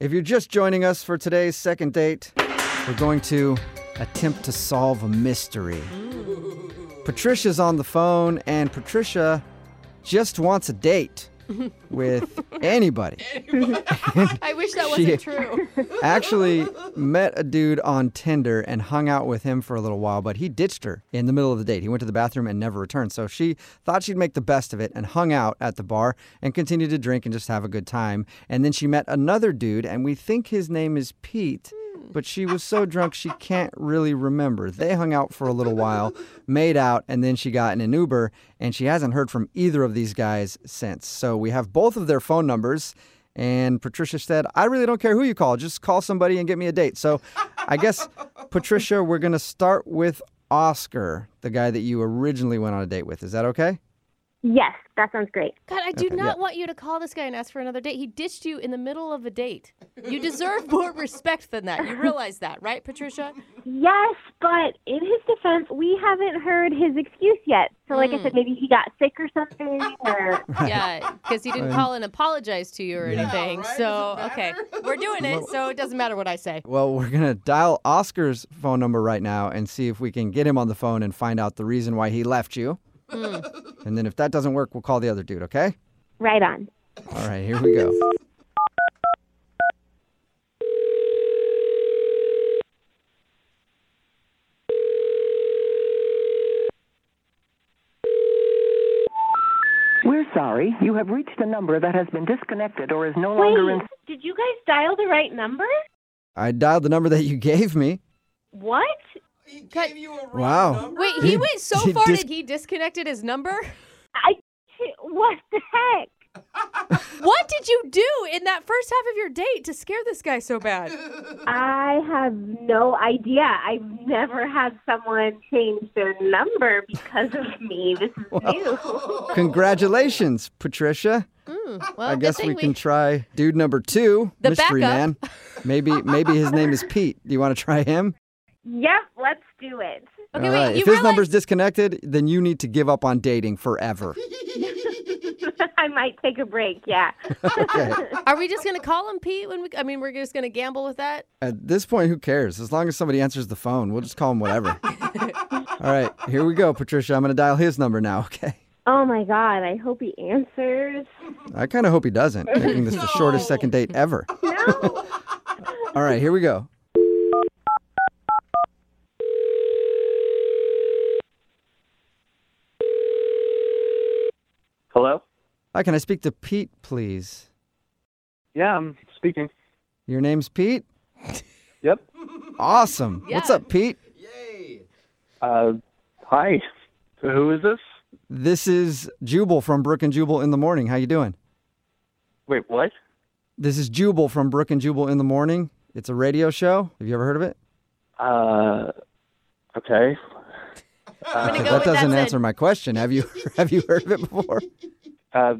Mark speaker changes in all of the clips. Speaker 1: If you're just joining us for today's second date, we're going to attempt to solve a mystery. Patricia's on the phone, and Patricia just wants a date with anybody.
Speaker 2: I wish that
Speaker 1: She-
Speaker 2: wasn't true.
Speaker 1: Actually, met a dude on Tinder and hung out with him for a little while, but he ditched her in the middle of the date. He went to the bathroom and never returned. So she thought she'd make the best of it and hung out at the bar and continued to drink and just have a good time. And then she met another dude, and we think his name is Pete. But she was so drunk she can't really remember. They hung out for a little while, made out, and then she got in an Uber, and she hasn't heard from either of these guys since. So we have both of their phone numbers, and Patricia said, I really don't care who you call, just call somebody and get me a date. So I guess, Patricia, we're going to start with Oscar, the guy that you originally went on a date with. Is that okay?
Speaker 3: Yes, that sounds great.
Speaker 2: God, I do not want you to call this guy and ask for another date. He ditched you in the middle of a date. You deserve more respect than that. You realize that, right, Patricia?
Speaker 3: Yes, but in his defense, we haven't heard his excuse yet. So, like I said, maybe he got sick or something. Or
Speaker 2: Yeah, because he didn't call and apologize to you or anything. So, okay, we're doing it, so it doesn't matter what I say.
Speaker 1: Well, we're going to dial Oscar's phone number right now and see if we can get him on the phone and find out the reason why he left you.
Speaker 2: Hmm.
Speaker 1: And then if that doesn't work, we'll call the other dude, okay?
Speaker 3: right on.
Speaker 1: All right, here we go.
Speaker 4: We're sorry. You have reached a number that has been disconnected or is no longer in.
Speaker 3: Wait, did you guys dial the right number?
Speaker 1: I dialed the number that you gave me.
Speaker 3: What?
Speaker 1: Wow.
Speaker 2: Wait, he
Speaker 1: He-
Speaker 2: went so
Speaker 1: he
Speaker 2: far
Speaker 1: dis-
Speaker 2: that he disconnected his number?
Speaker 3: I what the heck?
Speaker 2: What did you do in that first half of your date to scare this guy so bad?
Speaker 3: I have no idea. I've never had someone change their number because of me. This is new.
Speaker 1: Congratulations, Patricia.
Speaker 2: Hmm, Well,
Speaker 1: I
Speaker 2: good
Speaker 1: guess
Speaker 2: thing
Speaker 1: we can try dude number two,
Speaker 2: The
Speaker 1: mystery man.
Speaker 2: backup.
Speaker 1: Maybe maybe his name is Pete. Do you want to try him?
Speaker 3: yep, let's do it.
Speaker 2: Okay,
Speaker 1: All
Speaker 2: wait,
Speaker 1: right.
Speaker 2: you
Speaker 1: if his
Speaker 2: realize-
Speaker 1: number's disconnected, then you need to give up on dating forever.
Speaker 3: I might take a break. Yeah.
Speaker 1: Okay.
Speaker 2: Are we just gonna call him Pete when we? I mean, we're just gonna gamble with that.
Speaker 1: At this point, who cares? As long as somebody answers the phone, we'll just call him whatever. All right, here we go, Patricia. I'm going to dial his number now, okay?
Speaker 3: Oh my god, I hope he answers.
Speaker 1: I kind of hope he doesn't, making this the shortest second date ever.
Speaker 3: No.
Speaker 1: All right, here we go.
Speaker 5: Hello?
Speaker 1: Hi, can I speak to Pete, please?
Speaker 5: Yeah, I'm speaking.
Speaker 1: Your name's Pete?
Speaker 5: Yep.
Speaker 1: Awesome. What's
Speaker 2: Yeah.
Speaker 1: up, Pete?
Speaker 5: Uh, hi. So who is this?
Speaker 1: This is Jubal from Brook and Jubal in the Morning. How you doing?
Speaker 5: Wait, what?
Speaker 1: This is Jubal from Brook and Jubal in the Morning. It's a radio show. Have you ever heard of it?
Speaker 5: Uh, okay.
Speaker 2: I'm gonna
Speaker 1: that
Speaker 2: go with that.
Speaker 1: doesn't
Speaker 2: said-
Speaker 1: answer my question. Have you have you heard of it before?
Speaker 5: Uh,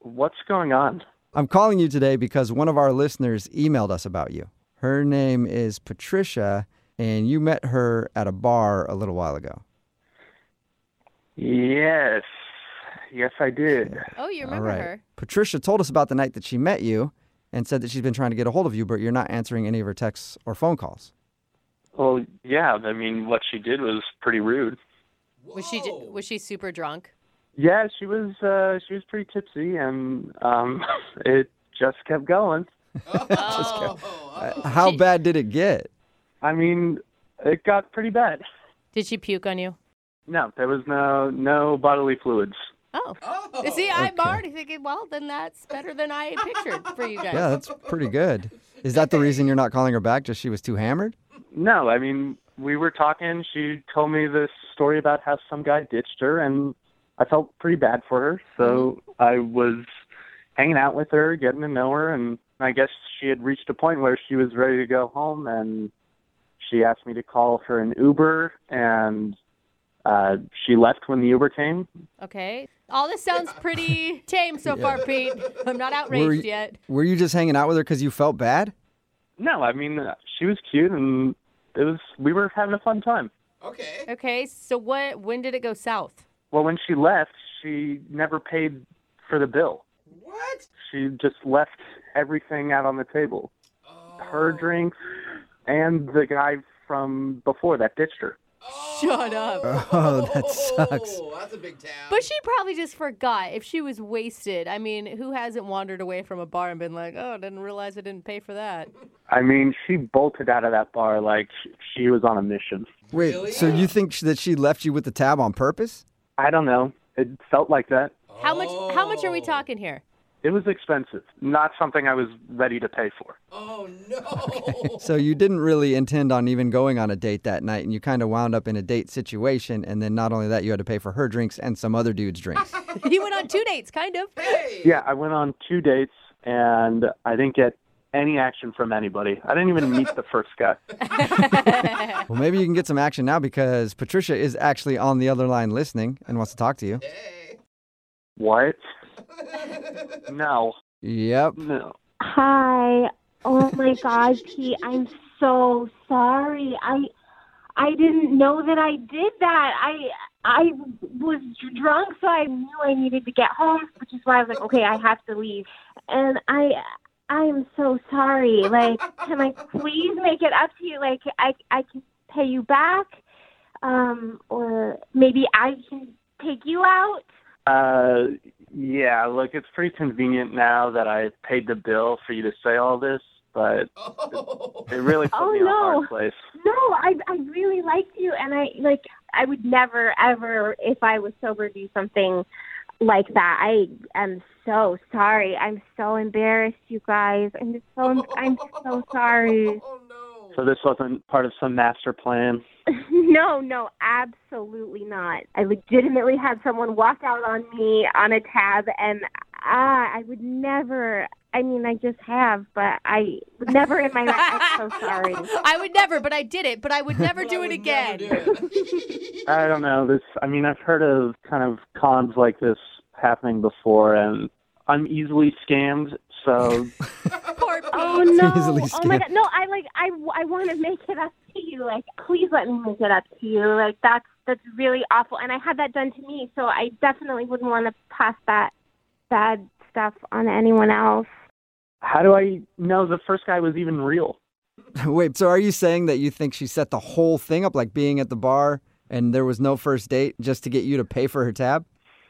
Speaker 5: what's going on?
Speaker 1: I'm calling you today because one of our listeners emailed us about you. Her name is Patricia, and you met her at a bar a little while ago.
Speaker 5: Yes. Yes, I did.
Speaker 2: Oh, you remember
Speaker 1: All right.
Speaker 2: her?
Speaker 1: Patricia told us about the night that she met you and said that she's been trying to get a hold of you, but you're not answering any of her texts or phone calls.
Speaker 5: Well, yeah, I mean, what she did was pretty rude.
Speaker 2: Was she? j- Was she super drunk?
Speaker 5: Yeah, she was, uh, she was pretty tipsy, and, um, it just kept going.
Speaker 1: Uh, How
Speaker 2: She-
Speaker 1: bad did it get?
Speaker 5: I mean, it got pretty bad.
Speaker 2: Did she puke on you?
Speaker 5: No, there was no, no bodily fluids.
Speaker 2: Oh. See, I'm already thinking. Well, then that's better than I pictured for you guys.
Speaker 1: Yeah, that's pretty good. Is that the reason you're not calling her back? Just she was too hammered?
Speaker 5: No, I mean, we were talking. She told me this story about how some guy ditched her, and I felt pretty bad for her. So I was hanging out with her, getting to know her, and I guess she had reached a point where she was ready to go home, and she asked me to call her an Uber, and uh, she left when the Uber came.
Speaker 2: Okay. All this sounds pretty tame so far, Pete. I'm not
Speaker 1: Were
Speaker 2: outraged
Speaker 1: you-
Speaker 2: yet.
Speaker 1: Were you just hanging out with her because you felt bad?
Speaker 5: No, I mean, she was cute, and it was we were having a fun time.
Speaker 2: Okay. So what? When did it go south?
Speaker 5: Well, when she left, she never paid for the bill.
Speaker 6: What?
Speaker 5: She just left everything out on the table. Her drinks and the guy from before that ditched her.
Speaker 2: Shut up.
Speaker 1: Oh, that sucks.
Speaker 6: Oh, that's a big tab.
Speaker 2: But she probably just forgot if she was wasted. I mean, who hasn't wandered away from a bar and been like, oh, I didn't realize I didn't pay for that?
Speaker 5: I mean, she bolted out of that bar like sh- she was on a mission.
Speaker 1: Wait, so you think sh- that she left you with the tab on purpose?
Speaker 5: I don't know. It felt like that.
Speaker 2: How much How much are we talking here?
Speaker 5: It was expensive, not something I was ready to pay for.
Speaker 6: Oh no.
Speaker 1: So you didn't really intend on even going on a date that night, and you kind of wound up in a date situation, and then not only that, you had to pay for her drinks and some other dude's drinks.
Speaker 2: he went on two dates, kind of.
Speaker 6: Hey.
Speaker 5: Yeah, I went on two dates and I didn't get any action from anybody. I didn't even meet the first guy.
Speaker 1: well, maybe you can get some action now because Patricia is actually on the other line listening and wants to talk to you.
Speaker 6: Hey.
Speaker 5: What? No,
Speaker 1: Yep.
Speaker 5: no.
Speaker 3: Hi. Oh my God, Pete. I'm so sorry. I I didn't know that I did that. I I was dr- drunk, so I knew I needed to get home, which is why I was like, okay, I have to leave. And I I am so sorry. Like, can I please make it up to you? Like, I I can pay you back, um, or maybe I can take you out.
Speaker 5: Uh, yeah, look, it's pretty convenient now that I paid the bill for you to say all this, but
Speaker 6: Oh.
Speaker 5: it really put
Speaker 3: Oh,
Speaker 5: me in a
Speaker 3: no.
Speaker 5: hard place.
Speaker 3: No, I I really liked you, and I like I would never ever if I was sober do something like that. I am so sorry. I'm so embarrassed, you guys. I'm just
Speaker 2: Oh,
Speaker 3: so I'm so sorry.
Speaker 6: Oh no.
Speaker 5: So this wasn't part of some master plan.
Speaker 3: no, no, absolutely not. I legitimately had someone walk out on me on a tab, and ah, I would never. I mean, I just have, but I would never in my life. I'm so sorry.
Speaker 2: I would never, but I did it, but I would never do
Speaker 6: I
Speaker 2: it
Speaker 6: would
Speaker 2: again.
Speaker 6: never do it.
Speaker 5: I don't know. This, I mean, I've heard of kind of cons like this happening before, and I'm easily scammed. So
Speaker 2: Poor Pete.
Speaker 3: Oh no!
Speaker 1: easily
Speaker 3: Oh my
Speaker 1: skipped.
Speaker 3: god! No, I like I, I want to make it up to you. Like, please let me make it up to you. Like, that's that's really awful. And I had that done to me, so I definitely wouldn't want to pass that bad stuff on to anyone else.
Speaker 5: how do I know the first guy was even real?
Speaker 1: Wait, so are you saying that you think she set the whole thing up, like being at the bar and there was no first date just to get you to pay for her tab?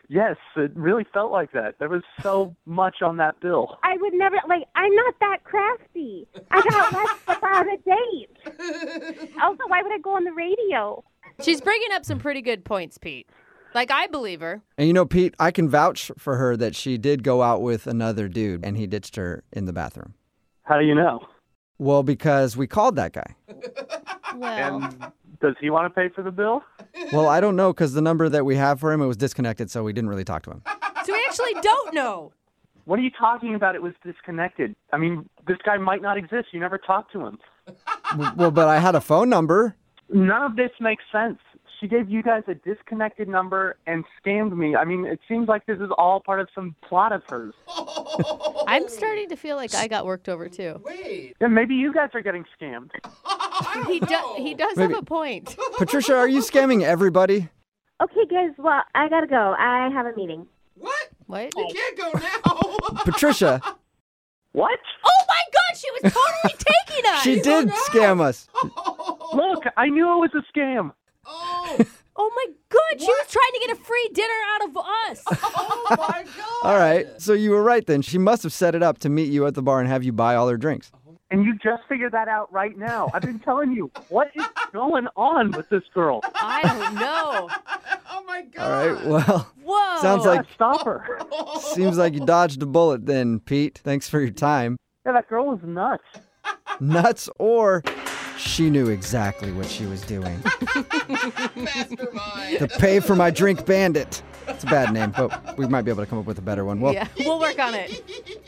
Speaker 5: Yes, it really felt like that. There was so much on that bill.
Speaker 3: I would never. Like, I'm not that crafty. I got left without a date. Also, why would I go on the radio?
Speaker 2: She's bringing up some pretty good points, Pete. Like, I believe her.
Speaker 1: And you know, Pete, I can vouch for her that she did go out with another dude and he ditched her in the bathroom.
Speaker 5: How do you know?
Speaker 1: Well, because we called that guy.
Speaker 2: Well,
Speaker 5: Does he want to pay for the bill?
Speaker 1: Well, I don't know because the number that we have for him it was disconnected, so we didn't really talk to him.
Speaker 2: so we actually don't know.
Speaker 5: What are you talking about? It was disconnected. I mean, this guy might not exist. You never talked to him.
Speaker 1: W- well, but I had a phone number.
Speaker 5: None of this makes sense. She gave you guys a disconnected number and scammed me. I mean, it seems like this is all part of some plot of hers.
Speaker 2: I'm starting to feel like I got worked over too.
Speaker 6: Oh. Wait.
Speaker 5: Yeah, maybe you guys are getting scammed.
Speaker 2: He does. He does
Speaker 1: Maybe-
Speaker 2: have a point.
Speaker 1: Patricia, are you scamming everybody?
Speaker 3: Okay, guys. Well, I gotta go. I have a meeting.
Speaker 6: What?
Speaker 2: What?
Speaker 6: You can't go now.
Speaker 1: Patricia,
Speaker 5: What?
Speaker 2: Oh my God! She was totally taking us.
Speaker 1: she did scam us.
Speaker 5: Look, I knew it was a scam.
Speaker 6: Oh.
Speaker 2: Oh my God! She was trying to get a free dinner out of us.
Speaker 6: Oh my god.
Speaker 1: All right, so you were right then. She must have set it up to meet you at the bar and have you buy all her drinks.
Speaker 5: And you just figured that out right now. I've been telling you, what is going on with this girl?
Speaker 2: I don't know.
Speaker 6: Oh my god.
Speaker 1: All right, well,
Speaker 2: Whoa.
Speaker 1: Sounds like-
Speaker 5: Yeah, stop her.
Speaker 1: seems like you dodged a bullet then, Pete. Thanks for your time.
Speaker 5: Yeah, that girl was nuts.
Speaker 1: Nuts or she knew exactly what she was doing.
Speaker 6: Mastermind.
Speaker 1: The pay for my drink bandit. It's a bad name, but we might be able to come up with a better one. Well,
Speaker 2: Yeah, we'll work on it.